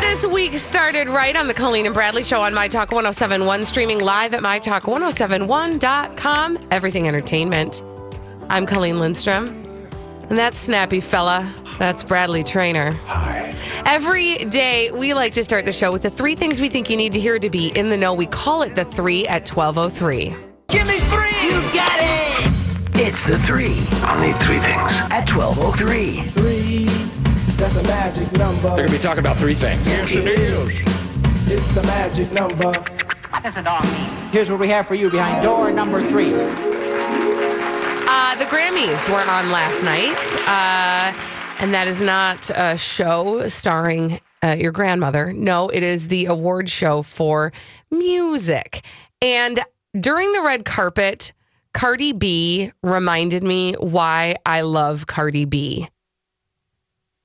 This week started right on the Colleen and Bradley Show on My Talk 1071, streaming live at MyTalk1071.com. Everything Entertainment. I'm Colleen Lindstrom. And that's Snappy Fella. That's Bradley Trainer. Hi. Every day we like to start the show with the three things we think you need to hear to be in the know. We call it the three at 1203. Give me three! You got it! It's the three I'll need three things. at 1203. three. That's a magic number. We're gonna be talking about three things. It's the magic number. Here's what we have for you behind door number three. Uh, the Grammys were on last night, uh, and that is not a show starring uh, your grandmother. No, it is the award show for music. And during the red carpet, Cardi B reminded me why I love Cardi B.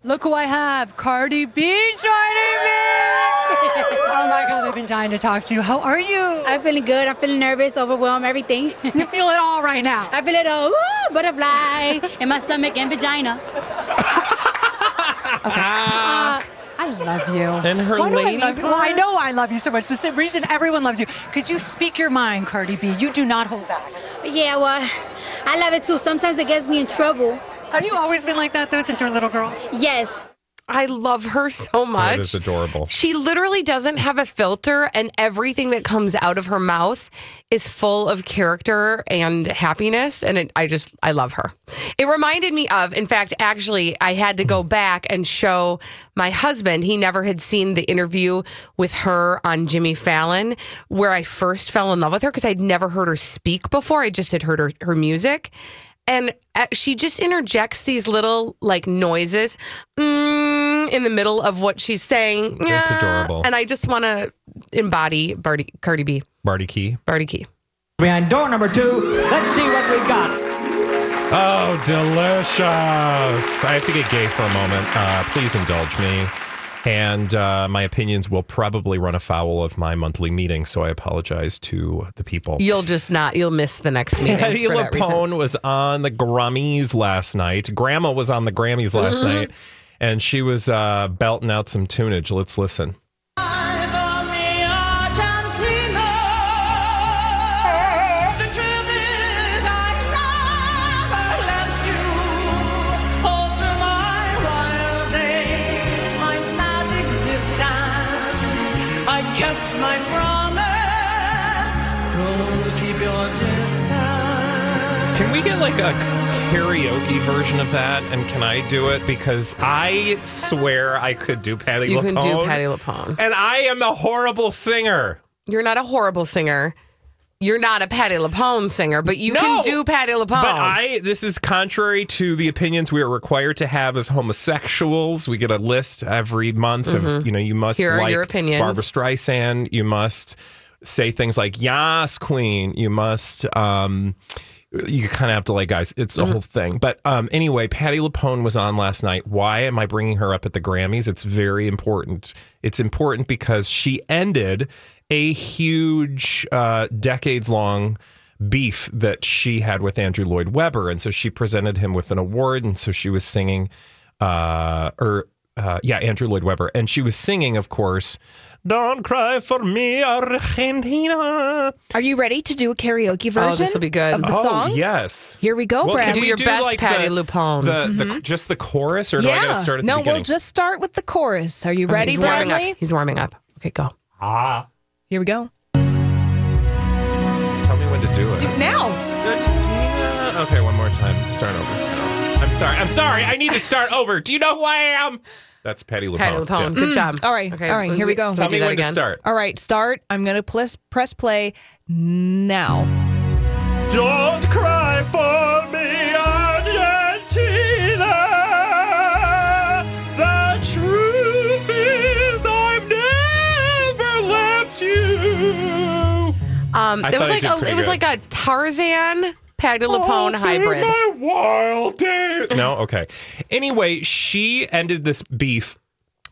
Look who I have, Cardi B joining me. oh my God, I've been dying to talk to you. How are you? I'm feeling good. I'm feeling nervous, overwhelmed, everything. You feel it all right now. I feel it all, ooh, butterfly in my stomach and vagina. I love you. And her Why do I lady love you? Well, I know I love you so much. The same reason everyone loves you, because you speak your mind, Cardi B. You do not hold back. But yeah, well, I love it too. Sometimes it gets me in trouble. Have you always been like that, though, since you're a little girl? Yes, I love her so much. Oh, That is adorable. She literally doesn't have a filter, and everything that comes out of her mouth is full of character and happiness. And it, I just, I love her. It reminded me of, in fact, actually, I had to Mm-hmm. go back and show my husband. He never had seen the interview with her on Jimmy Fallon, where I first fell in love with her because I'd never heard her speak before. I just had heard her, her music. And uh, she just interjects these little like noises. Mm, in the middle of what she's saying. That's Yeah. adorable. And I just want to embody Barty, Cardi B, Marty Key. Barty Key. Behind door number two, let's see what we've got. Oh, delicious. I have to get gay for a moment. Uh, please indulge me. And uh, my opinions will probably run afoul of my monthly meeting, so I apologize to the people. You'll just not, you'll miss the next meeting. Patty for that reason. Lapone was on the Grammys last night. Grandma was on the Grammys last Mm-hmm. night, and she was uh, belting out some tunage. Let's listen. My promise, don't keep your distance. Can we get like a karaoke version of that? And can I do it? Because I swear I could do Patty You LuPone. can do Patty LaPone. And I am a horrible singer. You're not a horrible singer. You're not a Patty LaPone singer, but you No! can do Patty LaPone. But I this is contrary to the opinions we are required to have as homosexuals. We get a list every month of you know you must Mm-hmm. Here are like your opinions. Barbara Streisand. You must say things like "Yas Queen." You must. um you kind of have to like guys it's a whole thing but um anyway patty lapone was on last night why am i bringing her up at the grammys it's very important it's important because she ended a huge uh decades long beef that she had with andrew lloyd webber and so she presented him with an award and so she was singing uh or uh, yeah, Andrew Lloyd Webber, and she was singing, of course, "Don't cry for me, Argentina." Are you ready to do a karaoke oh, version this will be good. of the song? Oh, yes. Here we go, Well, Brad. can Do we your best, Patty the, LuPone. Mm-hmm. The, the, just the chorus, or do I yeah. got to start at the no, beginning? we'll just start with the chorus. Are you ready, He's warming up. Bradley? He's warming up. Okay, Oh, go. Here we go. Tell me when to do it. Now. Okay, one more time. Start over. Start over. I'm sorry. I'm sorry. I need to start over. Do you know who I am? That's Patty LuPone. Patty LaPone. Yeah. Good job. Mm. All right. All right. Here we go. can Tell do me that when to again? start. All right, start. I'm going to press, press play now. Don't cry for me, Argentina. The truth is, I've never left you. Um, I it was thought I like did a, pretty it was good. like a Tarzan Patty Oh, LaPone hybrid. My wild days. No, okay. Anyway, she ended this beef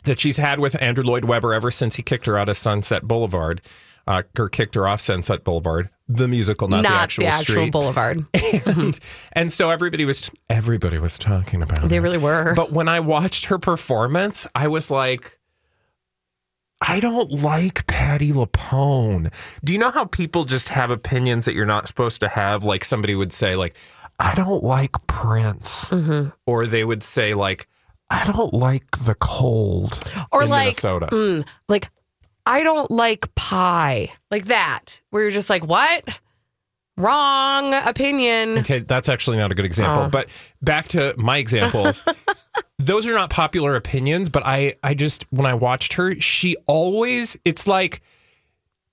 that she's had with Andrew Lloyd Webber ever since he kicked her out of Sunset Boulevard, uh, or kicked her off Sunset Boulevard, the musical, not, Not the actual street. boulevard. and, and so everybody was everybody was talking about. They it. really were. But when I watched her performance, I was like, I don't like Patty LaPone. Do you know how people just have opinions that you're not supposed to have? Like somebody would say, like, I don't like Prince. Mm-hmm. Or they would say, like, I don't like the cold Or in like, Minnesota. like I don't like pie, like that, where you're just like, what? Wrong opinion. Okay, that's actually not a good example. But back to my examples. Those are not popular opinions, but I I just when I watched her, she always it's like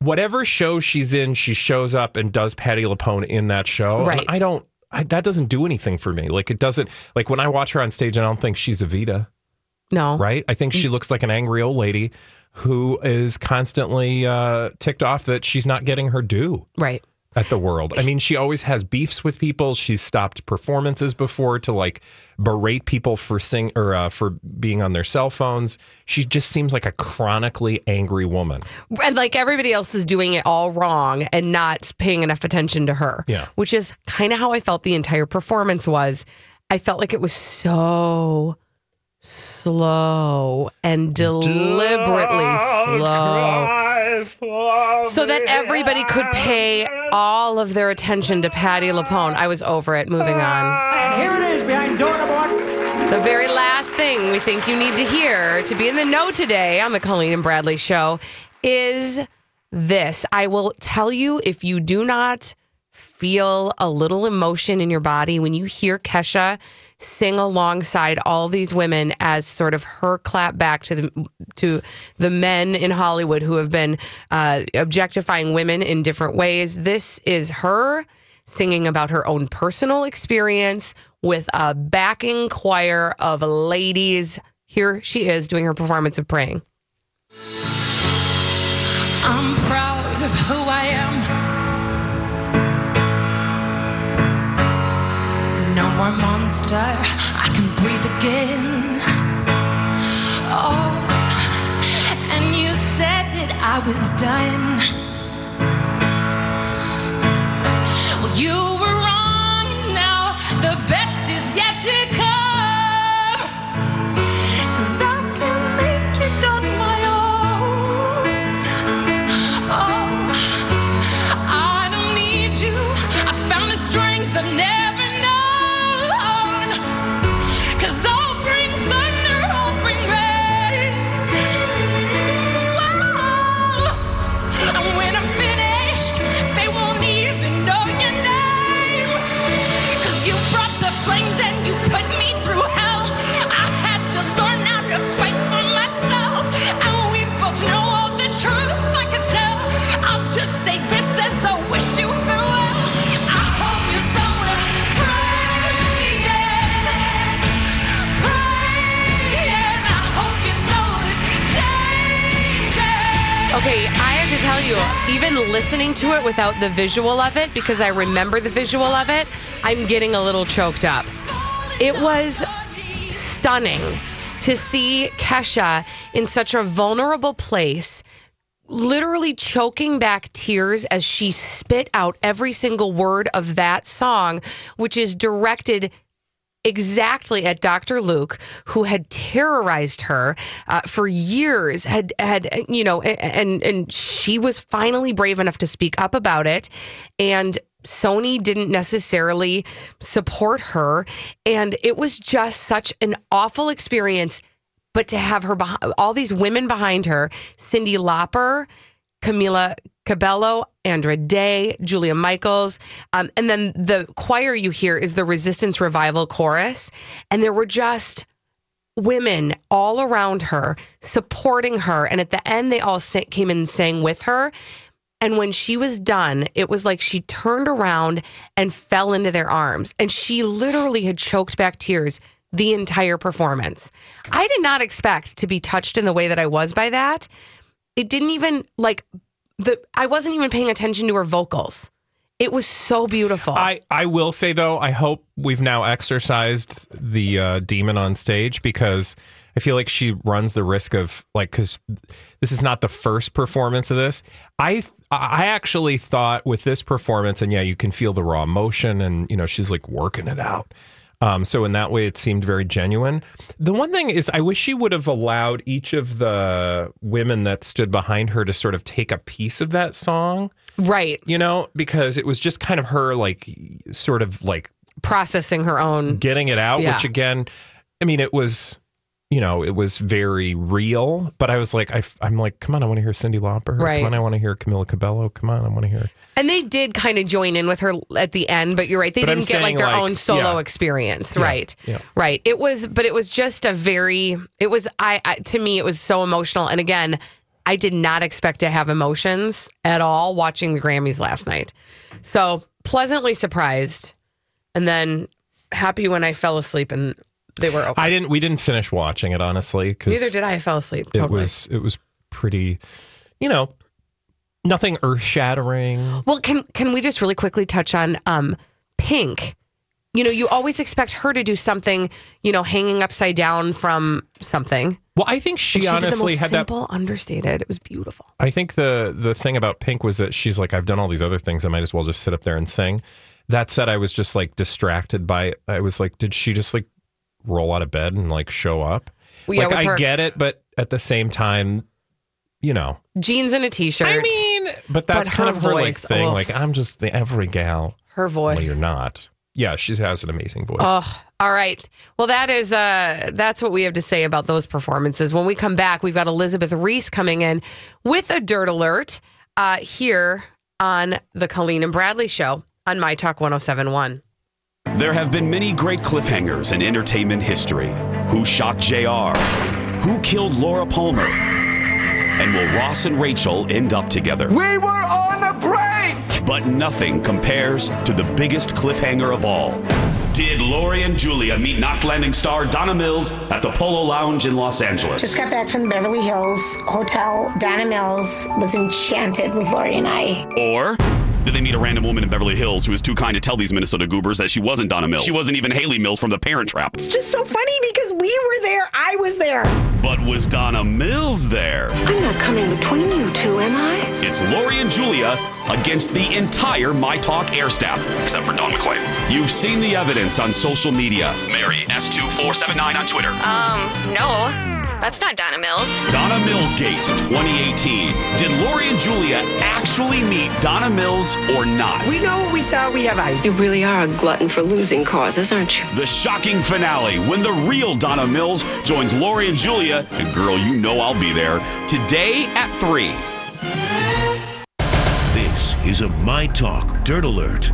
whatever show she's in, she shows up and does Patty LaPone in that show. And Right. I don't I, that doesn't do anything for me. Like it doesn't like when I watch her on stage, I don't think she's Evita, No, right? I think she looks like an angry old lady who is constantly uh, ticked off that she's not getting her due right. at the world. I mean, she always has beefs with people. She's stopped performances before to like berate people for sing or uh, for being on their cell phones. She just seems like a chronically angry woman. and like everybody else is doing it all wrong and not paying enough attention to her. Yeah. Which is kind of how I felt the entire performance was. I felt like it was so slow and deliberately slow. So that everybody could pay all of their attention to Patty LaPone. I was over it. Moving on. Here it is behind door number one. The very last thing we think you need to hear to be in the know today on the Colleen and Bradley show is this. I will tell you if you do not feel a little emotion in your body when you hear Kesha sing alongside all these women as sort of her clap back to the to the men in Hollywood who have been uh, objectifying women in different ways. This is her singing about her own personal experience with a backing choir of ladies. Here she is doing her performance of praying. I'm proud of who I am. No more monster, I can breathe again. Oh, and you said that I was done. Well, you were wrong, and now the best is yet to come. Cause I can make it on my own. Oh, I don't need you. I found a strength I've never known. Cause I'll bring thunder, I'll bring rain. Whoa. And when I'm finished, they won't even know your name. Cause you brought the flames and you put me through hell. I had to learn how to fight for myself. And we both know all the truth I can tell. I'll just say this as I wish you farewell. I hope you somewhere praying. Praying. I hope your soul is changing. Okay, I have to tell you, even listening to it without the visual of it, because I remember the visual of it, I'm getting a little choked up. It was stunning to see Kesha in such a vulnerable place, literally choking back tears as she spit out every single word of that song, which is directed exactly at Dr. Luke, who had terrorized her uh, for years. Had had uh, you know, a- and and she was finally brave enough to speak up about it, and. Sony didn't necessarily support her. And it was just such an awful experience. But to have her, beh- all these women behind her Cindy Lauper, Camila Cabello, Andra Day, Julia Michaels. Um, and then the choir you hear is the Resistance Revival Chorus. And there were just women all around her supporting her. And at the end, they all sa- came and sang with her. And when she was done, it was like she turned around and fell into their arms. And she literally had choked back tears the entire performance. I did not expect to be touched in the way that I was by that it didn't even like the I wasn't even paying attention to her vocals. It was so beautiful. I, I will say though, I hope we've now exorcised the uh, demon on stage because I feel like she runs the risk of like because this is not the first performance of this. I I actually thought with this performance, and yeah, you can feel the raw emotion, and you know she's like working it out. Um, so in that way, it seemed very genuine. The one thing is, I wish she would have allowed each of the women that stood behind her to sort of take a piece of that song, Right. you know, because it was just kind of her, like, sort of like Processing her own. getting it out, Yeah. which again, I mean, it was, you know, it was very real, but I was like, I, am like, come on, I want to hear Cindy Lauper. Right. Come on, I want to hear Camila Cabello. Come on, I want to hear. And they did kind of join in with her at the end, but you're right. They But I'm didn't get like saying, their like, own solo yeah. experience. Yeah, Right. yeah. Right. It was, but it was just a very, it was, I, I, to me, it was so emotional. And again, I did not expect to have emotions at all watching the Grammys last night. So pleasantly surprised and then happy when I fell asleep and they were open. I didn't, we didn't finish watching it, honestly, Neither because did I. I fell asleep. it Totally. was, it was pretty, you know, nothing earth shattering. Well, can can we just really quickly touch on um, Pink? You know, you always expect her to do something. You know, hanging upside down from something. Well, I think she, She did the honestly most had that simple, understated. It was beautiful. I think the the thing about Pink was that she's like, I've done all these other things. I might as well just sit up there and sing. That said, I was just like distracted by. It. I was like, did she just like roll out of bed and like show up? Well, yeah, like, with I her- get it, but at the same time, you know. Jeans and a t-shirt. I mean, but that's her kind of her like voice, thing. oof. Like, I'm just the every gal. her voice. Well, you're not. Yeah, she has an amazing voice. Oh, all right. Well, that is uh, that's what we have to say about those performances. When we come back, we've got Elizabeth Reese coming in with a dirt alert uh, here on the Colleen and Bradley Show on My Talk 1071. There have been many great cliffhangers in entertainment history. Who shot JR? Who killed Laura Palmer? And will Ross and Rachel end up together? We were on a break! But nothing compares to the biggest cliffhanger of all. Did Lori and Julia meet Knots Landing star Donna Mills at the Polo Lounge in Los Angeles? Just got back from the Beverly Hills Hotel. Donna Mills was enchanted with Lori and I. Or did they meet a random woman in Beverly Hills who was too kind to tell these Minnesota goobers that she wasn't Donna Mills? She wasn't even Haley Mills from The Parent Trap. It's just so funny because we were there. I was there. But was Donna Mills there? I'm not coming between you two, am I? It's Lori and Julia against the entire My Talk air staff, except for Don McClain. You've seen the evidence on social media. Mary S2479 on Twitter. Um, No, that's not Donna Mills. Donna Millsgate 2018. Did Lori and Julia actually meet Donna Mills or not? know what we saw. We have eyes. really are a glutton for losing causes, aren't you? The shocking finale when the real Donna Mills joins Lori and Julia, and girl, you know I'll be there, today at 3. This is a My Talk Dirt Alert.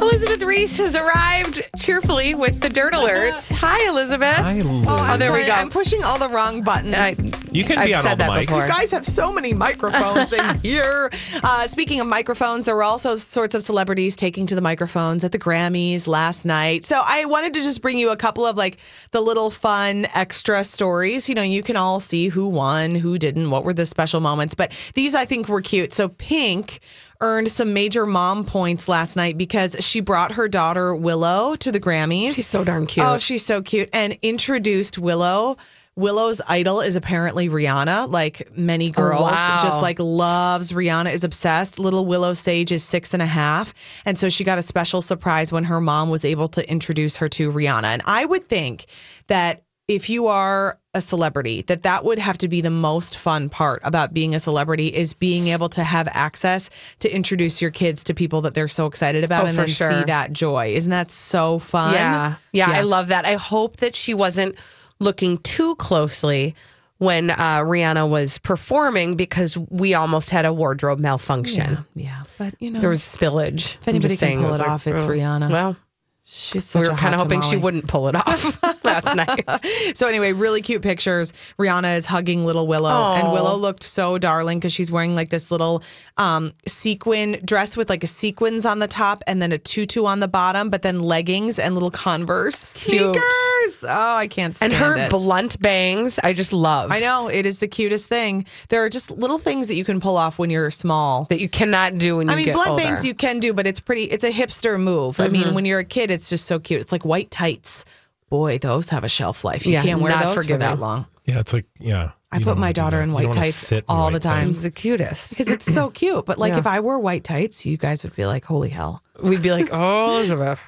Elizabeth Reese has arrived cheerfully with the dirt Uh-huh. alert. Hi, Elizabeth. I Oh, love. there we go. I'm pushing all the wrong buttons. I- you can be I've on said all the that mics. before. You guys have so many microphones in here. Uh, speaking of microphones, there were also sorts of celebrities taking to the microphones at the Grammys last night. So I wanted to just bring you a couple of like the little fun extra stories. You know, you can all see who won, who didn't, what were the special moments. But these I think were cute. So Pink earned some major mom points last night because she brought her daughter Willow to the Grammys. She's so darn cute. Oh, she's so cute. And introduced Willow. Willow's idol is apparently Rihanna, like many girls, wow. just like loves Rihanna, is obsessed. Little Willow Sage is six and a half. And so she got a special surprise when her mom was able to introduce her to Rihanna. And I would think that if you are a celebrity that that would have to be the most fun part about being a celebrity is being able to have access to introduce your kids to people that they're so excited about Oh, and for then see sure. that joy isn't that so fun yeah. yeah, Yeah. I love that. I hope that she wasn't looking too closely when uh, Rihanna was performing because we almost had a wardrobe malfunction. Yeah, but you know, There was spillage. If anybody can pull it off, it's Rihanna. Well, she's we such were a kind of hot hoping she tamale. wouldn't pull it off last night. So anyway, really cute pictures. Rihanna is hugging little Willow, and Aw. Willow looked so Oh, darling because she's wearing like this little um, sequin dress with like a sequins on the top and then a tutu on the bottom, but then leggings and little Converse Cute. sneakers. Oh, I can't stand And her it. blunt bangs, I just love. I know it is the cutest thing. There are just little things that you can pull off when you're small. That you cannot do when I you mean, get blood older. bangs you can do, but it's pretty. It's a hipster move. I mean, when you're a kid, it's just so cute. It's like white tights. Boy, those have a shelf life. You Yeah, can't wear not those for forgiving. that long. Yeah, it's like yeah. I You put don't my wanna do daughter that. in You white don't wanna tights sit in all white the time. tights. the cutest because it's so cute. But like, Yeah. if I wore white tights, you guys would be like, "Holy hell, We'd be like, oh, Elizabeth,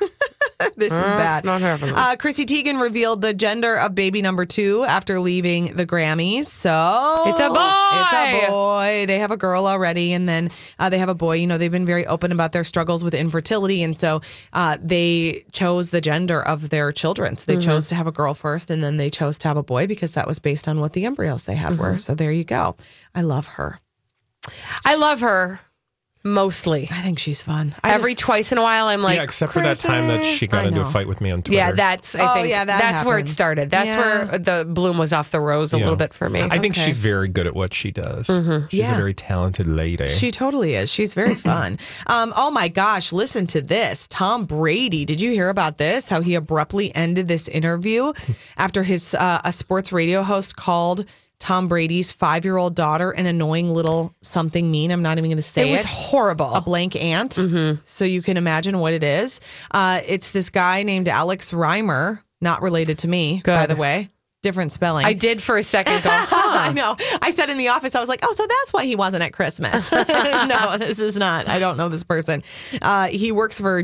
this is Uh, bad." Not happening. Uh, Chrissy Teigen revealed the gender of baby number two after leaving the Grammys. So It's a boy! It's a boy. They have a girl already, and then uh, they have a boy. You know, they've been very open about their struggles with infertility, and so uh, they chose the gender of their children. So they Mhm. chose to have a girl first, and then they chose to have a boy because that was based on what the embryos they had were. Mhm. So there you go. I love her. I love her mostly. I think she's fun. Every twice in a while, I'm like, yeah, except for that time that she got into a fight with me on Twitter. Yeah, that's. I Oh, think yeah, that that's where it happened. started. That's Yeah. where the bloom was off the rose a Yeah. little bit for me. I think she's very good at what she does. Mhm. She's Mm-hmm. Yeah. a very talented lady. She totally is. She's very fun. Um, oh my gosh, listen to this. Tom Brady, did you hear about this? How he abruptly ended this interview after his uh, a sports radio host called Tom Brady's five year old daughter an annoying little something mean. I'm not even going to say It was horrible. A blank ant. So you can imagine what it is. Uh, it's this guy named Alex Reimer, not related to me, by the way. Different spelling. I did for a second go. Huh. I know. I said in the office, I was like, oh, so that's why he wasn't at Christmas. no, this is not. I don't know this person. Uh, he works for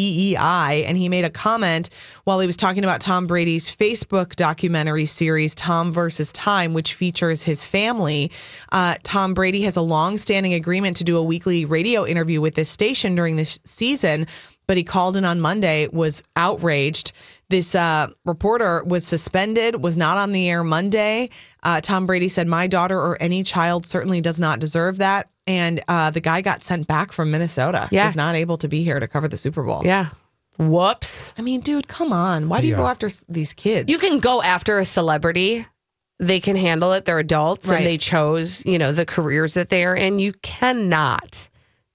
WEEI, and he made a comment while he was talking about Tom Brady's Facebook documentary series, Tom versus Time, which features his family. Uh, Tom Brady has a long standing agreement to do a weekly radio interview with this station during this season but he called in on Monday, was outraged. This uh, reporter was suspended, was not on the air Monday. Uh, Tom Brady said, My daughter or any child certainly does not deserve that. And uh, the guy got sent back from Minnesota. Yeah. He's not able to be here to cover the Super Bowl. Yeah. Whoops. I mean, dude, come on. Why do you Yeah. go after s- these kids? You can go after a celebrity. They can handle it. They're adults Right. and they chose, you know, the careers that they are in. You cannot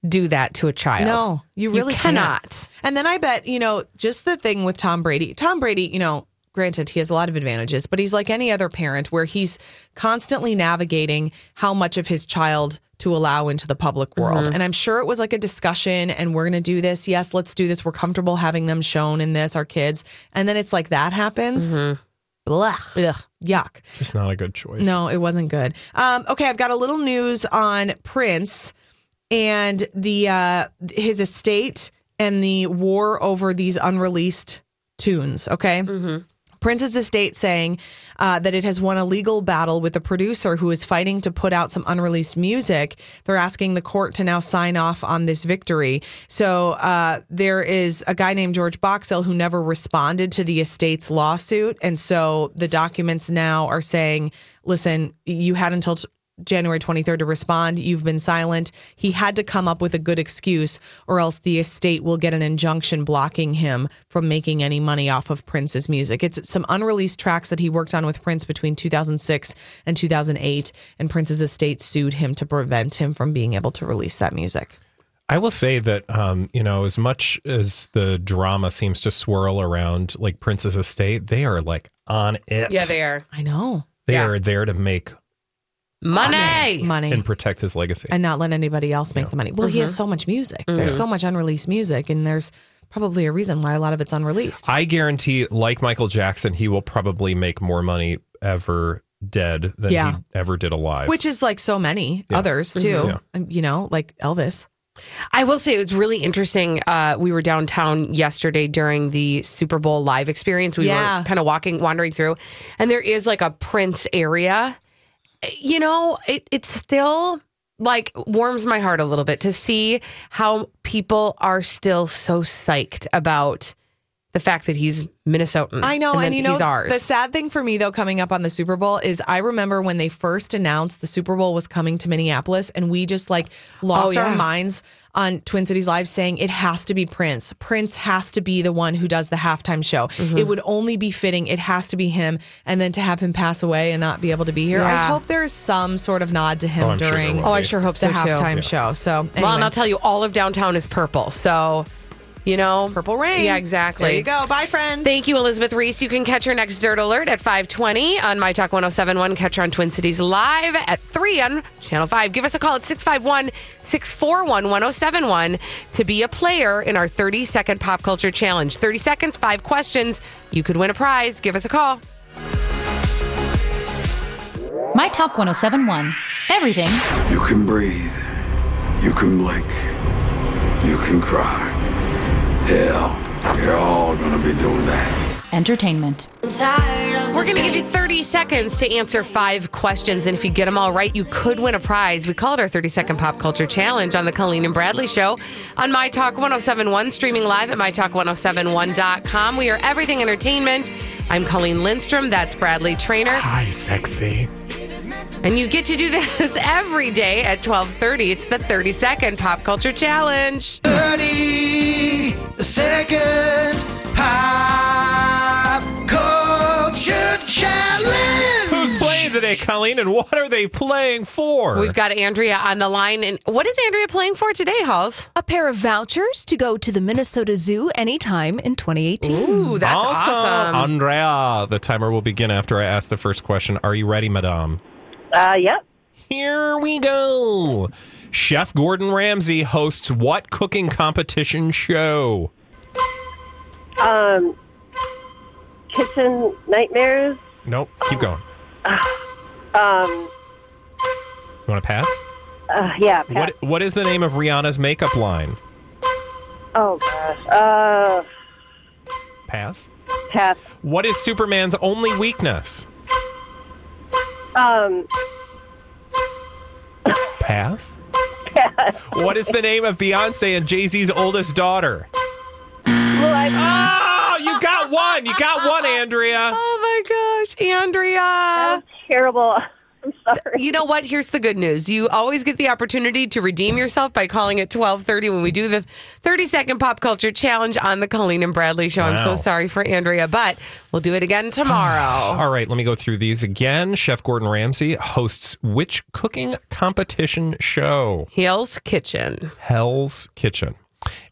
do that to a child. No, you really can't. cannot. And then I bet, you know, just the thing with Tom Brady, Tom Brady, you know, granted, he has a lot of advantages, but he's like any other parent where he's constantly navigating how much of his child to allow into the public world. Mhm. And I'm sure it was like a discussion and we're going to do this. Yes, let's do this. We're comfortable having them shown in this, our kids. And then it's like that happens. Blah. Yuck. Just not a good choice. No, it wasn't good. Um, okay, I've got a little news on Prince and the uh, his estate and the war over these unreleased tunes. Okay. Prince's estate saying uh, that it has won a legal battle with a producer who is fighting to put out some unreleased music. They're asking the court to now sign off on this victory. So uh, there is a guy named George Boxell who never responded to the estate's lawsuit. And so the documents now are saying, listen, you had until. t- January 23rd to respond. You've been silent. He had to come up with a good excuse, or else the estate will get an injunction blocking him from making any money off of Prince's music. It's some unreleased tracks that he worked on with Prince between 2006 and 2008, and Prince's estate sued him to prevent him from being able to release that music. I will say that, um, you know, as much as the drama seems to swirl around like Princess Estate, they are like on it. are. I know. They are there to make Money. Money. and protect his legacy. and not let anybody else make the money. Well, he has so much music. There's Mhm. so much unreleased music, and there's probably a reason why a lot of it's unreleased. I guarantee, like Michael Jackson, he will probably make more money ever dead than Yeah. he ever did alive. Which is like so many Yeah. others too. Mhm. Yeah. Um, You know, like Elvis. I will say it was really interesting. Uh, we were downtown yesterday during the Super Bowl live experience. We Yeah. were kind of walking, wandering through, and there is like a Prince area. You know, it, it still like warms my heart a little bit to see how people are still so psyched about the fact that he's Minnesotan. I know, and, then you know, he's ours. the sad thing for me though, coming up on the Super Bowl is I remember when they first announced the Super Bowl was coming to Minneapolis, and we just like lost Oh, our yeah. minds on Twin Cities Live saying it has to be Prince. Prince has to be the one who does the halftime show. Mhm. It would only be fitting. It has to be him, and then to have him pass away and not be able to be here. I Yeah. hope there is some sort of nod to him Oh, I'm sure there during. will Oh, I be. sure hope so, the too. halftime Yeah. show. So Well, and anyway. I'll tell you, all of downtown is purple. So, you know, purple rain. Yeah, exactly. There you go. Bye, friends. Thank you, Elizabeth Reese. You can catch her next Dirt Alert at 520 on My Talk 1071. Catch her on Twin Cities Live at 3 on Channel 5. Give us a call at 651 641 1071 to be a player in our 30 second pop culture challenge. 30 seconds, five questions. You could win a prize. Give us a call. My Talk 1071. Everything. You can breathe. You can blink. You can cry. Hell, you're all gonna be doing that. Entertainment. We're going to give you 30 seconds to answer five questions. And if you get them all right, you could win a prize. We call it our 30 Second Pop Culture Challenge on the Colleen and Bradley Show on My Talk 1071, streaming live at MyTalk1071.com. We are everything entertainment. I'm Colleen Lindstrom. That's Bradley Trainer. Hi, sexy. And you get to do this every day at 12:30. It's the 30 second pop culture challenge. 30 second pop culture challenge. Who's playing today, Colleen, and what are they playing for? We've got Andrea on the line and what is Andrea playing for today, Halls? A pair of vouchers to go to the Minnesota Zoo anytime in 2018. Ooh, that's awesome. Andrea, the timer will begin after I ask the first question. Are you ready, madame? Uh, yep. Here we go. Chef Gordon Ramsay hosts what cooking competition show? Um, kitchen nightmares. Nope. Keep going. Um, You want to pass? uh, yeah. Pat- What What is the name of Rihanna's makeup line? Oh gosh. Uh, Pass. pass. What is Superman's only weakness? Um, Pass. What is the name of Beyonce and Jay Z's oldest daughter? Oh, you got one. You got one, Andrea. Oh my gosh, Andrea. terrible. I'm sorry. You know what? Here's the good news. You always get the opportunity to redeem yourself by calling at 12:30 when we do the 30 second pop culture challenge on the Colleen and Bradley show. I'm so Wow. sorry for Andrea, but we'll do it again tomorrow. All right, let me go through these again. Chef Gordon Ramsay hosts which cooking competition show? Hell's Kitchen. Hell's Kitchen.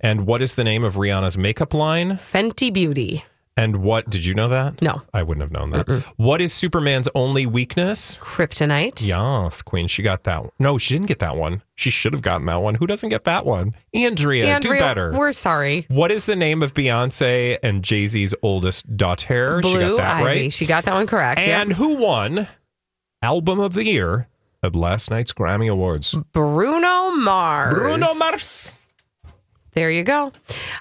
And what is the name of Rihanna's makeup line? Fenty Beauty. And what did you know that? No. I wouldn't have known that. What is Superman's only weakness? Kryptonite. Yes, Queen. She got that one. No, she didn't get that one. She should have gotten that one. Who doesn't get that one? Andrea, Andrea, do better. We're sorry. What is the name of Beyonce and Jay Z's oldest daughter? she Blue got that Ivy. right. She got that one correct. yeah. And who won Album of the Year at last night's Grammy Awards? Bruno Mars. Bruno Mars. There you go.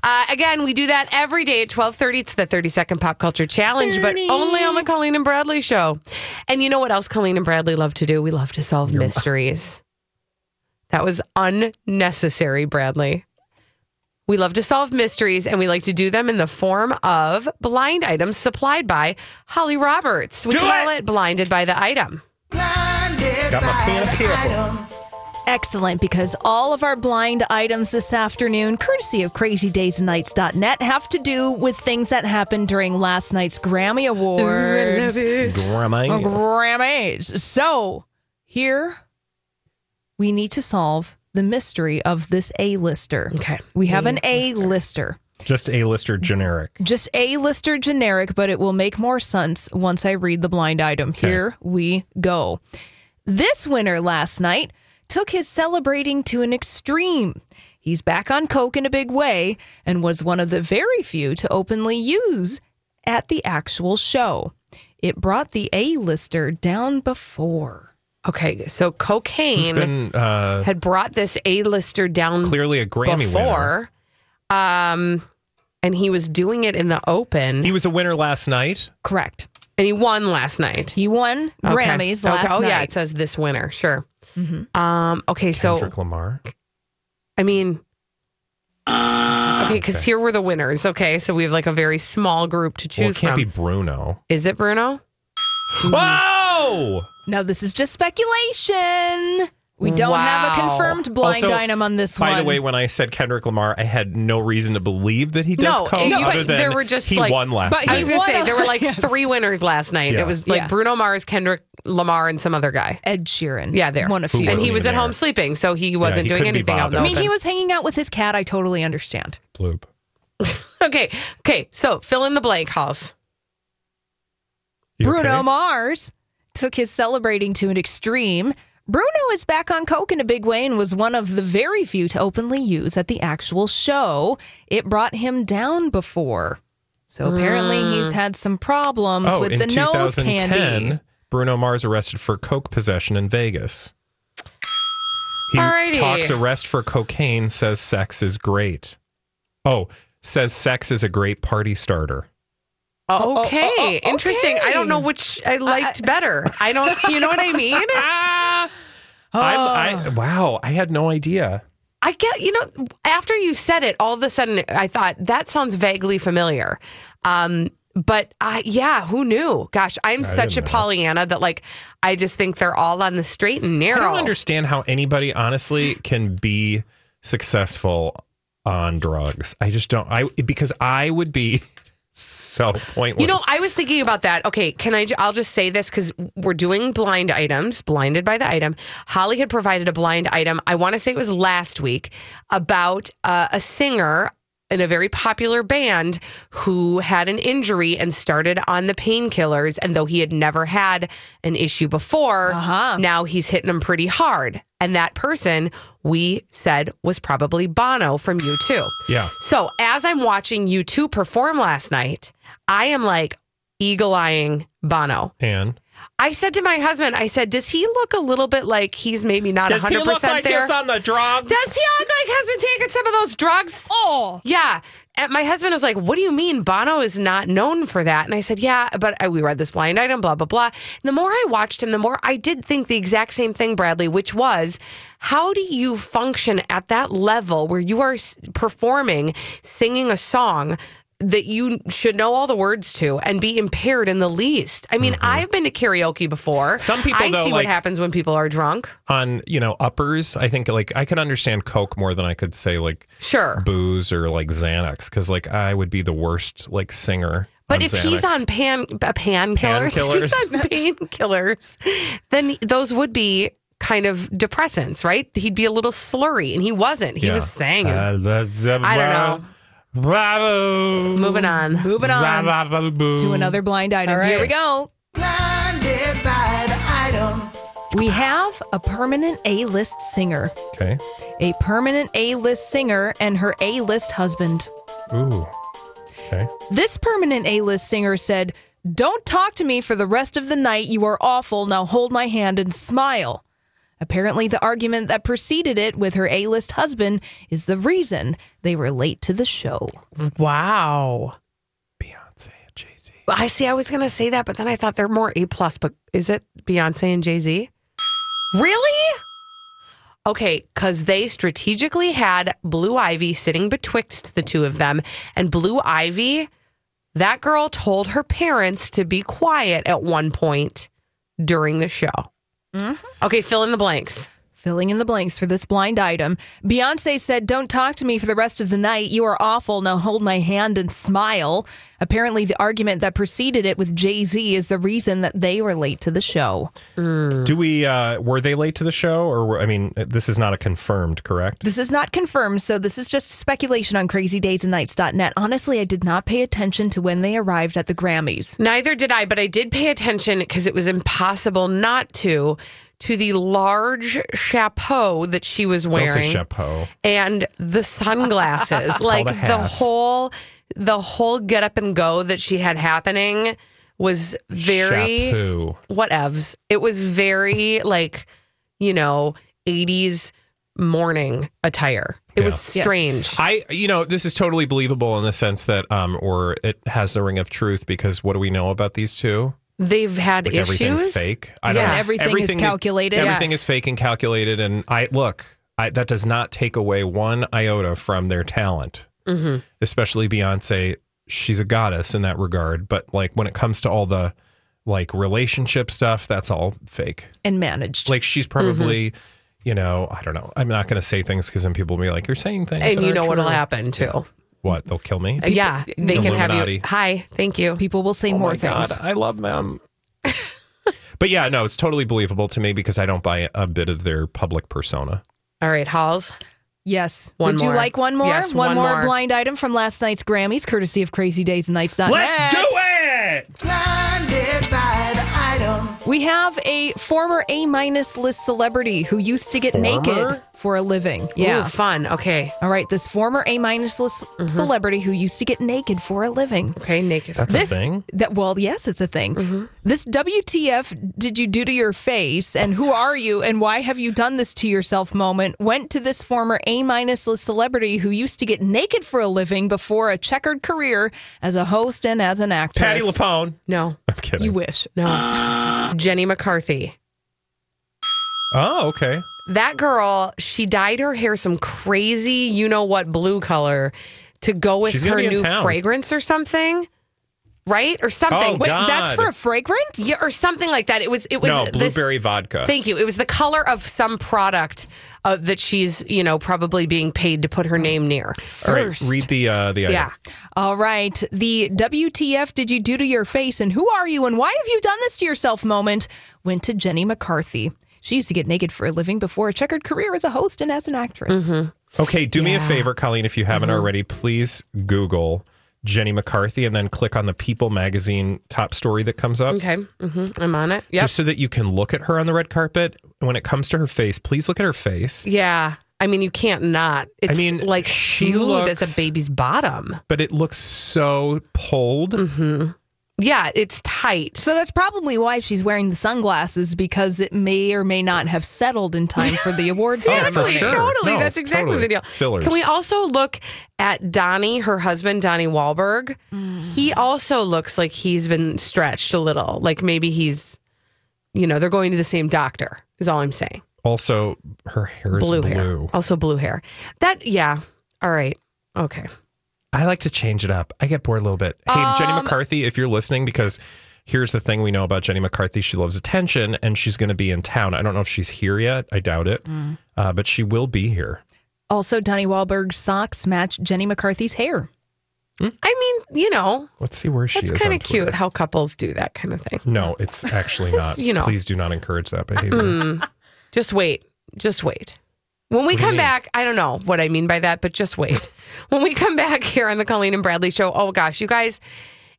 Uh, again, we do that every day at 12:30. It's the 30 second pop culture challenge, but only on the Colleen and Bradley show. And you know what else Colleen and Bradley love to do? We love to solve mysteries. That was unnecessary, Bradley. We love to solve mysteries and we like to do them in the form of blind items supplied by Holly Roberts. We call it Blinded by the Item. Got my pen up here. Excellent, because all of our blind items this afternoon, courtesy of crazydaysandnights.net, have to do with things that happened during last night's Grammy Awards. Grammy. Oh, Grammys. So here we need to solve the mystery of this A-lister. Okay. We have an A-lister. Just A lister generic. Just A-lister generic, but it will make more sense once I read the blind item. Here we go. This winner last night took his celebrating to an extreme. He's back on Coke in a big way and was one of the very few to openly use at the actual show. It brought the A-lister down before. Okay, so cocaine Who's been, uh, had brought this A-lister down Clearly a Grammy before, um, and he was doing it in the open. He was a winner last night. Correct. And he won last night. He won Okay. Grammys last okay. Oh, yeah, night. Mm-hmm. it says this winner. Sure. Um, okay, so Kendrick Lamar. I mean, okay, because Okay. here were the winners. Okay, so we have like a very small group to Well, it choose can't from. be Bruno. Is it Bruno? Whoa! Now this is just speculation. We don't have a Wow. confirmed blind Also, item on this By one. the way, when I said Kendrick Lamar, I had no reason to believe that he does no, coke. no, other but than there were just he like won last But night. I was gonna say there were like three winners last night. Yeah. It was like Yeah. Bruno Mars, Kendrick Lamar, and some other guy. Ed Sheeran. Yeah, there. Won a Who few. And he wasn't was at even home there. sleeping, so he wasn't he doing couldn't be anything out. in the bothered. I mean, open. he was hanging out with his cat. I totally understand. Bloop. okay. Okay. So fill in the blank, Halls. Bruno Mars took his celebrating to an extreme. Bruno is back on Coke in a big way and was one of the very few to openly use at the actual show. It brought him down before. So apparently Mm. he's had some problems Oh, with in the nose 2010, candy. Bruno Mars arrested for coke possession in Vegas. He Alrighty. talks arrest for cocaine, says sex is great. Oh, says sex is a great party starter. oh, Okay. Interesting. I don't know which I liked better. I don't, you know what I mean? I'm, I, wow, I had no idea. I get, you know, after you said it, all of a sudden I thought that sounds vaguely familiar. Um, but uh, yeah, who knew? Gosh, I'm such a didn't know. Pollyanna that like I just think they're all on the straight and I don't narrow. understand how anybody honestly can be successful on drugs. I just don't. I because I would be so pointless. You know, I was thinking about that. Okay, can I? ju- I'll just say this because we're doing blind items, blinded by the item. Holly had provided a blind item. I want to say it was last week about uh, a singer in a very popular band who had an injury and started on the painkillers. And though he had never had an issue before, now he's hitting them pretty hard. And that person we said was probably Bono from U2. yeah. So as I'm watching you two perform last night, I am like eagle eyeing Bono. And I said to my husband, I said, "Does he look a little bit like he's maybe not 100 percent there? the drugs? Does he look like husband taking some of those drugs? Oh, yeah." And my husband was like, "What do you mean Bono is not known for that?" And I said, "Yeah, but I, we read this blind item, blah blah blah." And the more I watched him, the more I did think the exact same thing, Bradley, which was, how do you function at that level where you are s- performing, singing a song? that you should know all the words to and be impaired in the least. I mean, I've been to karaoke before. Some Mm-hmm. people, I though, see what like- happens when people are drunk. on you know uppers, I think like I could understand coke more than I could say like Sure. booze or like Xanax because like I would be the worst like singer. But on if he's Xanax. on pan uh, painkillers, if he's on painkillers, then those would be kind of depressants, right? He'd be a little slurry, and he wasn't. He Yeah. was saying it. Uh, that's a I don't know. Bravo. Moving on. Moving on Bravo. to another blind item. All right. Here we go. Blinded by the item. We have a permanent A list singer, Okay. a permanent A list singer, and her A list husband. Ooh. Okay. This permanent A list singer said, Don't talk to me for the rest of the night. You are awful. Now hold my hand and smile. Apparently, the argument that preceded it with her A list husband is the reason they were late to the show. Wow. Beyonce and Jay Z. I see. I was going to say that, but then I thought they're more A plus. But is it Beyonce and Jay Z? Really? Okay, because they strategically had Blue Ivy sitting betwixt the two of them, and Blue Ivy, that girl told her parents to be quiet at one point during the show. Okay, fill in the blanks. Filling in the blanks for this blind item. Beyonce said, Don't talk to me for the rest of the night. You are awful. Now hold my hand and smile. Apparently, the argument that preceded it with Jay Z is the reason that they were late to the show. Do we uh were they late to the show or were, I mean this is not a confirmed, correct? This is not confirmed, so this is just speculation on crazydaysandnights.net. Honestly, I did not pay attention to when they arrived at the Grammys. Neither did I, but I did pay attention because it was impossible not to to the large chapeau that she was Don't wearing say chapeau. and the sunglasses, like a the hat. whole the whole get up and go that she had happening was very Chapeau. whatevs. It was very like, you know, 80s morning attire. It was Yeah. strange. I, you know, this is totally believable in the sense that, um, or it has the ring of truth because what do we know about these two? They've had Like issues. everything's fake. I don't Yeah. know. Everything is calculated. Everything Yes. is fake and calculated. And I look, I, that does not take away one iota from their talent, Mm-hmm. especially Beyonce. She's a goddess in that regard. But like when it comes to all the like relationship stuff, that's all fake. And managed. Like she's probably, you know, I don't know. I'm not going to say things because then people will be like, "You're saying things," And that you aren't know what'll true." happen, too. Yeah. What they'll kill me? Uh, yeah, they can have you. Illuminati. Hi, thank you. People will say Oh more my God, things. I love them. but yeah, no, it's totally believable to me because I don't buy a bit of their public persona. All right, Halls. Yes. One Would more. you like one more? Yes, one more, more. blind item from last night's Grammys, courtesy of crazydaysandnights.net. Blinded by the item. We have a former A minus list celebrity who used to get Former? naked for a living. Yeah. Ooh, fun. Okay. All right. This former A minus list Mm-hmm. celebrity who used to get naked for a living. Okay, naked. That's a this, thing? Mm-hmm. That well, yes, it's a thing. This WTF did you do to your face and who are you and why have you done this to yourself moment went to this former A minus list celebrity who used to get naked for a living before a checkered career as a host and as an actress. Patty LaPone. No. I'm kidding. You wish. No. Jenny McCarthy. Oh, okay. That girl, she dyed her hair some crazy, you know what, blue color to go with She's gonna her be in new town. fragrance or something. Right? Or something. Oh, Wait, that's God. for a fragrance? Yeah, or something like that. It was it was no, this- blueberry vodka. Thank you. It was the color of some product uh, that she's, you know, probably being paid to put her name near. All right, read the uh, the item. Yeah. All right. The WTF did you do to your face and who are you and why have you done this to yourself moment went to Jenny McCarthy. She used to get naked for a living before a checkered career as a host and as an actress. Mm-hmm. Okay, do me a Yeah. favor, Colleen, if you haven't already, please Google Jenny McCarthy and then click on the People magazine top story that comes up. Okay. hmm I'm on it. Yep. Just so that you can look at her on the red carpet. When it comes to her face, please look at her face. yeah. I mean, you can't not. It's mean, like she smooth as looks- a baby's bottom. But it looks so pulled. Yeah, it's tight. So that's probably why she's wearing the sunglasses because it may or may not have settled in time for the award ceremony. Oh, for sure. Totally. No, That's exactly totally. the deal. Fillers. Can we also look at Donnie, her husband, Donnie Wahlberg? Mm. He also looks like he's been stretched a little. Like maybe he's, you know, they're going to the same doctor, is all I'm saying. Also, her hair is Blue, blue. hair. Also blue hair. That, yeah. All right. Okay. I like to change it up. I get bored a little bit. Hey, Jenny Um, McCarthy, if you're listening, because here's the thing we know about Jenny McCarthy. She loves attention and she's going to be in town. I don't know if she's here yet. I doubt it. Mm. Uh, but she will be here. Also, Donnie Wahlberg's socks match Jenny McCarthy's hair. I mean, you know, Let's see where she that's is. kind on of Twitter. cute how couples do that kind of thing. No, it's actually not. you know. Please do not encourage that behavior. Mm. just wait. Just wait. When we What do you come mean? back, I don't know what I mean by that, but just wait. when we come back here on the Colleen and Bradley show, oh gosh, you guys,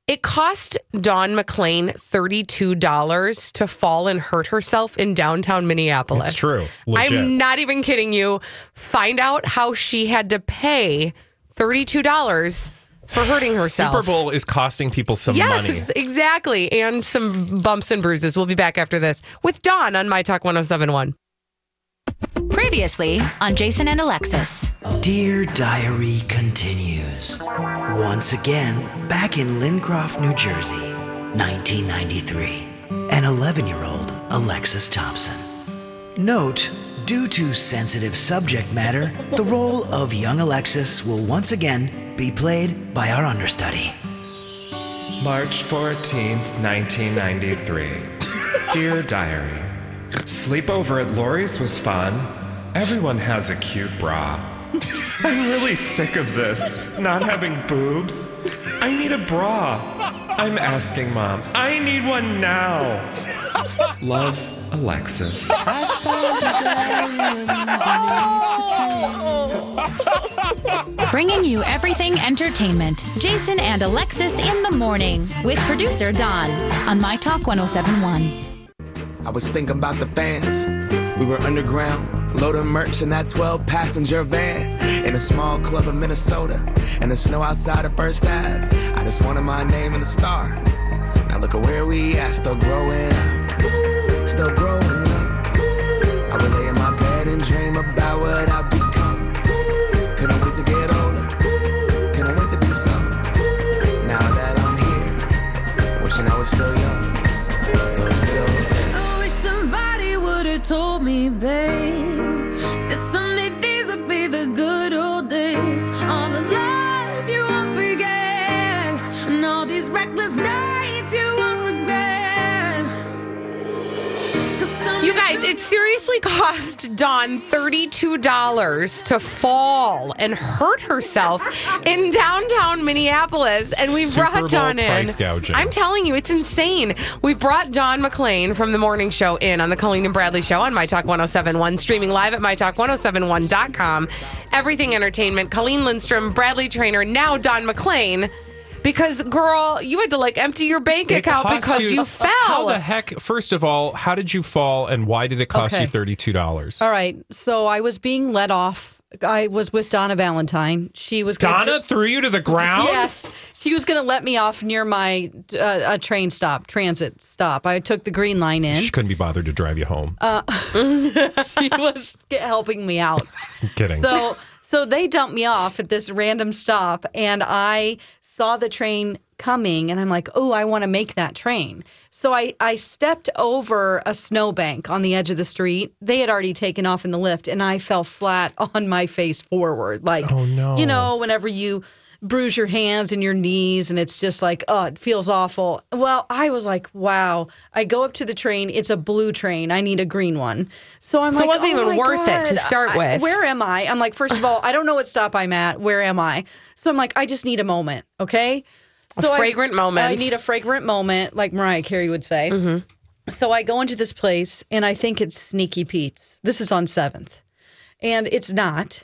it cost Dawn McClain $32 to fall and hurt herself in downtown Minneapolis. It's true. Legit. I'm not even kidding you. Find out how she had to pay $32 for hurting herself. Super Bowl is costing people some Yes, money. exactly. And some bumps and bruises. We'll be back after this with Dawn on My Talk 1071. Previously on Jason and Alexis. Dear Diary continues. Once again, back in Lincroft, New Jersey, 1993, an 11 year old Alexis Thompson. Note, due to sensitive subject matter, the role of young Alexis will once again be played by our understudy. March 14th, 1993. Dear Diary, sleepover at Lori's was fun. Everyone has a cute bra. I'm really sick of this, not having boobs. I need a bra. I'm asking mom. I need one now. Love, Alexis. Bringing you everything entertainment. Jason and Alexis in the morning with producer Don on My Talk 1071. I was thinking about the fans. We were underground, loading merch in that 12 passenger van. In a small club in Minnesota, and the snow outside of First Ave. I just wanted my name in the star. Now look at where we at, still growing up. Still growing up. I would lay in my bed and dream about what I'd become. Couldn't wait to get older. Couldn't wait to be some. Now that I'm here, wishing I was still young. Those good old I wish somebody would have told me, babe, that someday these would be the good old days. All the love you won't forget, and all these reckless nights you won't regret. You guys, it seriously cost Dawn $32 to fall and hurt herself in downtown Minneapolis. And we Super brought Bowl Dawn in. price gouging. I'm telling you, it's insane. We brought Dawn McClain from the morning show in on the Colleen and Bradley show on My Talk 1071, streaming live at MyTalk1071.com. Everything entertainment. Colleen Lindstrom, Bradley Trainer, now Dawn McClain. Because, girl, you had to like empty your bank It account cost because you, fell. How the heck? First of all, how did you fall, and why did it cost Okay. you thirty-two dollars? All right. So I was being let off. I was with Donna Valentine. She was gonna- Donna threw you to the ground. Yes, she was going to let me off near my uh, a train stop, transit stop. I took the green line in. She couldn't be bothered to drive you home. Uh, she was get- helping me out. I'm kidding. So so they dumped me off at this random stop and I saw the train coming and I'm like, "Oh, I want to make that train." So I I stepped over a snowbank on the edge of the street. They had already taken off in the lift and I fell flat on my face forward like Oh, no. you know, whenever you bruise your hands and your knees and it's just like oh it feels awful well i was like wow i go up to the train it's a blue train i need a green one so i'm So it like wasn't "Oh even my worth it to God, start I- with." where am i i'm like first of all i don't know what stop i'm at where am i so i'm like i just need a moment okay A I- fragrant moment. Mm-hmm. i need a fragrant moment like mariah carey would say so i go into this place and i think it's sneaky pete's this is on seventh and it's not.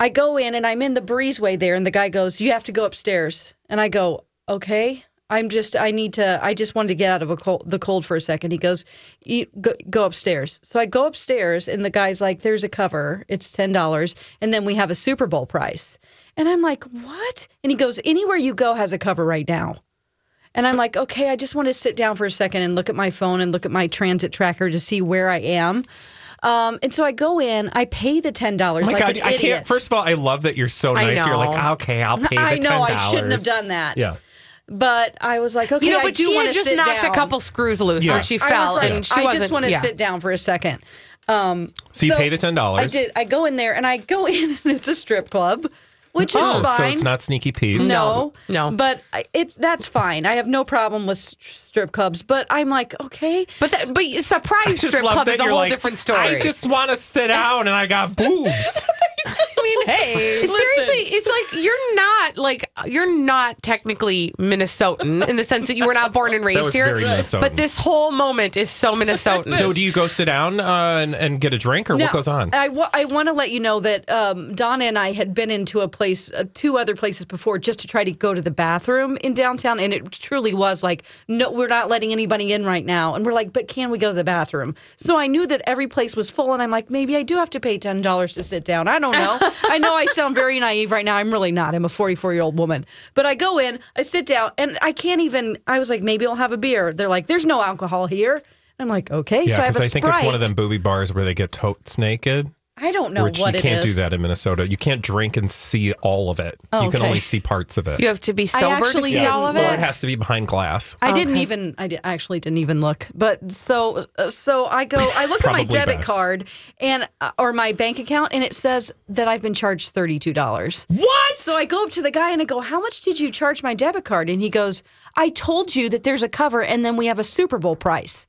I go in and I'm in the breezeway there, and the guy goes, "You have to go upstairs." And I go, "Okay." I'm just, I need to, I just wanted to get out of a cold, the cold for a second. He goes, you go, go upstairs. So I go upstairs, and the guy's like, there's a cover. It's $10. And then we have a Super Bowl price. And I'm like, what? And he goes, anywhere you go has a cover right now. And I'm like, okay, I just want to sit down for a second and look at my phone and look at my transit tracker to see where I am. Um, and so I go in, I pay the ten dollars. Oh my like God, an I idiot. can't. First of all, I love that you're so I nice. You're like, know. okay, I'll pay. The I know, I $10. shouldn't have done that. Yeah. But I was like, okay, you know, I but do she want had to just sit knocked down. a couple screws loose Yeah. when she I was fell, like, and she I wasn't. just want to yeah. sit down for a second. Um, So you pay the $10. I did. I go in there and I go in, and it's a strip club, which is Oh, fine. so it's not sneaky Mm-hmm. Pete's. No, no. But I- it's that's fine. I have no problem with s- strip clubs. But I'm like, okay, but that, but surprise Just love that you're like, I just want to sit down, and I got boobs. I mean, hey, seriously, it's like you're not like you're not technically Minnesotan in the sense that you were not born and raised was here. very Minnesotan. But this whole moment is so Minnesotan. so do you go sit down uh, and, and get a drink, or what No, goes on? I, wa- I want to let you know that um, Donna and I had been into a place, uh, two other places before, just to try to go to the bathroom in downtown, and it truly was like, no, we're not letting anybody in right now, and we're like, but can we go to the bathroom? So I knew that every place was full, and I'm like, maybe I do have to pay ten dollars to sit down. I don't know. I know I sound very naive right now. I'm really not. I'm a 44 year old woman, but I go in, I sit down, and I can't even. I was like, maybe I'll have a beer. They're like, there's no alcohol here. I'm like, okay, yeah, so I have a I think it's one of Sprite. them booby bars where they get totes naked. I don't know Which what you it can't is. do that in Minnesota. You can't drink and see all of it. Oh, you can okay. only see parts of it. You have to be I sober to actually see didn't all of Or it it. has to be behind glass. I didn't even. I di- actually didn't even look. But so uh, so I go. I look at my Probably debit best. card and uh, or my bank account, and it says that I've been charged thirty two dollars. What? So I go up to the guy and I go, "How much did you charge my debit card?" And he goes, "I told you that there's a cover, and then we have a Super Bowl price."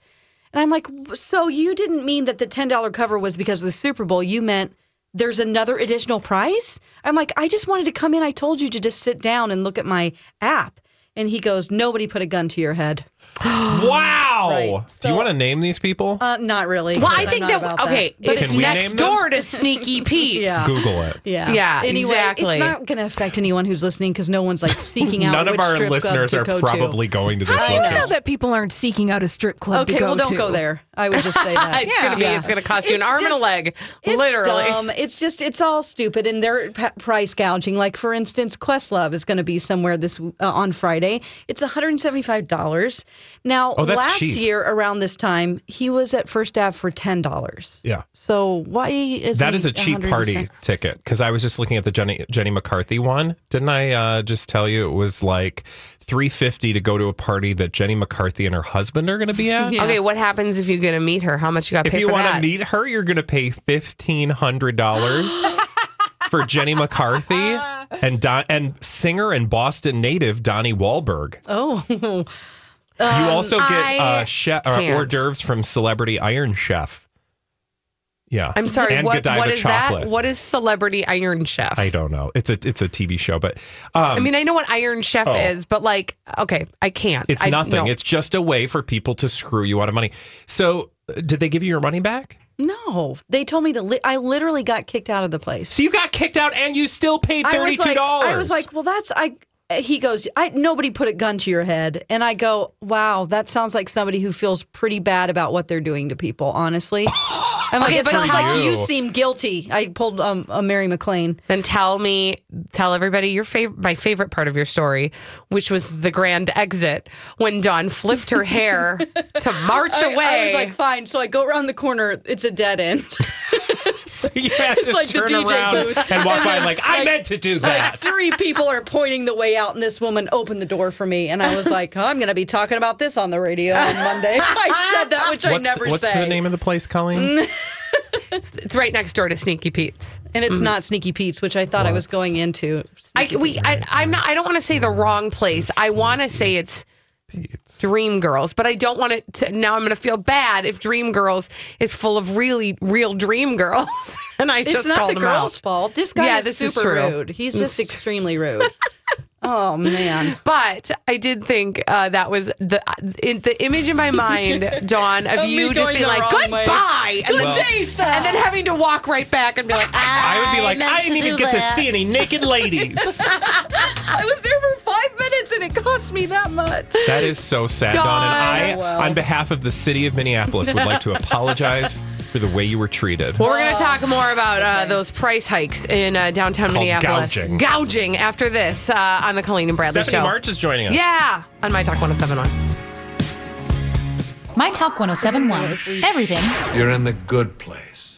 And I'm like, "W- "So you didn't mean that the ten dollar cover was because of the Super Bowl? You meant?" There's another additional price? I'm like, I just wanted to come in. I told you to just sit down and look at my app. And he goes, Nobody put a gun to your head. Wow. Right, do you want to name these people? Uh, not really. Well, I I'm think not that about okay, But it's Can we next name them? door to Sneaky Pete. Yeah. Google it. yeah, Yeah, Anyway, exactly. it's not going to affect anyone who's listening because no one's like seeking out. None of which our strip club listeners to are go to. probably going to this How do you location. know that people aren't seeking out a strip club Okay, to go well, don't to? go there. I would just say that It's gonna be- it's gonna cost you an arm and a leg, it's literally. dumb. It's just it's all stupid, and they're p- price gouging. Like for instance, Questlove is going to be somewhere this uh, on Friday. It's one hundred and seventy five dollars. Now, Oh, that's last cheap. year around this time, he was at First Ave for ten dollars. Yeah. So why is that he is a cheap 100%? party ticket because I was just looking at the Jenny Jenny McCarthy one. Didn't I uh, just tell you it was like three fifty to go to a party that Jenny McCarthy and her husband are going to be at? Okay, what happens if you get to meet her? How much you got If paid you for want that? to meet her, you're going to pay fifteen hundred dollars for Jenny McCarthy and Don- and singer and Boston native Donnie Wahlberg. Oh. you Um, you also get uh, chef, uh, hors d'oeuvres from celebrity Iron Chef. Yeah, I'm sorry. And What, Godiva what is chocolate. that? What is Celebrity Iron Chef? I don't know. It's a it's a TV show, but um, I mean, I know what Iron Chef oh. is, but like, okay, I can't. it's I- nothing. no. It's just a way for people to screw you out of money. So, uh, did they give you your money back? No, they told me to. Li- I literally got kicked out of the place. So you got kicked out, and you still paid I was like- $32. I was like, well, that's I. he goes, I, nobody put a gun to your head. And I go, wow, that sounds like somebody who feels pretty bad about what they're doing to people, honestly. I'm like, Okay, it but sounds tell- like you seem guilty. I pulled um, a Mary McLean. Then tell me, tell everybody your favorite, my favorite part of your story, which was the grand exit when Dawn flipped her hair to march I- away. I was like, fine. So I go around the corner. It's a dead end. you have It's to like the turn DJ around booth. and walk And by then, like, I like- meant to do Like that. three people are pointing the way out, and this woman opened the door for me, and I was like, "Oh, "I'm going to be talking about this on the radio on Monday." I said that, which I what's never what's say. the name of the place, Colleen? it's right next door to Sneaky Pete's, and it's Mhm. not Sneaky Pete's, which I thought I was going into. I we I, I'm not. I don't want to say the wrong place. I want to say it's Dream Girls, but I don't want it to. Now I'm going to feel bad if Dream Girls is full of really real Dream Girls, and I it's just not called the them girl's out. fault. This guy Yeah, is this is super true. rude. He's This- just extremely rude. oh man. But I did think uh, that was the in, the image in my mind, Dawn, of Of me you just going being the like wrong way. goodbye, and then, Good day, sir. and then having to walk right back and be like, I would be like, meant I didn't do even get that." to see any naked ladies. I was there for five minutes, and it cost me that much. That is so sad, Don. And I, Dawn, well. on behalf of the city of Minneapolis, would like to apologize for the way you were treated. Well, we're going to talk more about uh, those price hikes in uh, downtown Called Minneapolis. gouging. Gouging after this uh, on the Colleen and Bradley Stephanie show. March is joining us. Yeah, on My Talk 1071. My Talk 1071. Everything You're in the good place.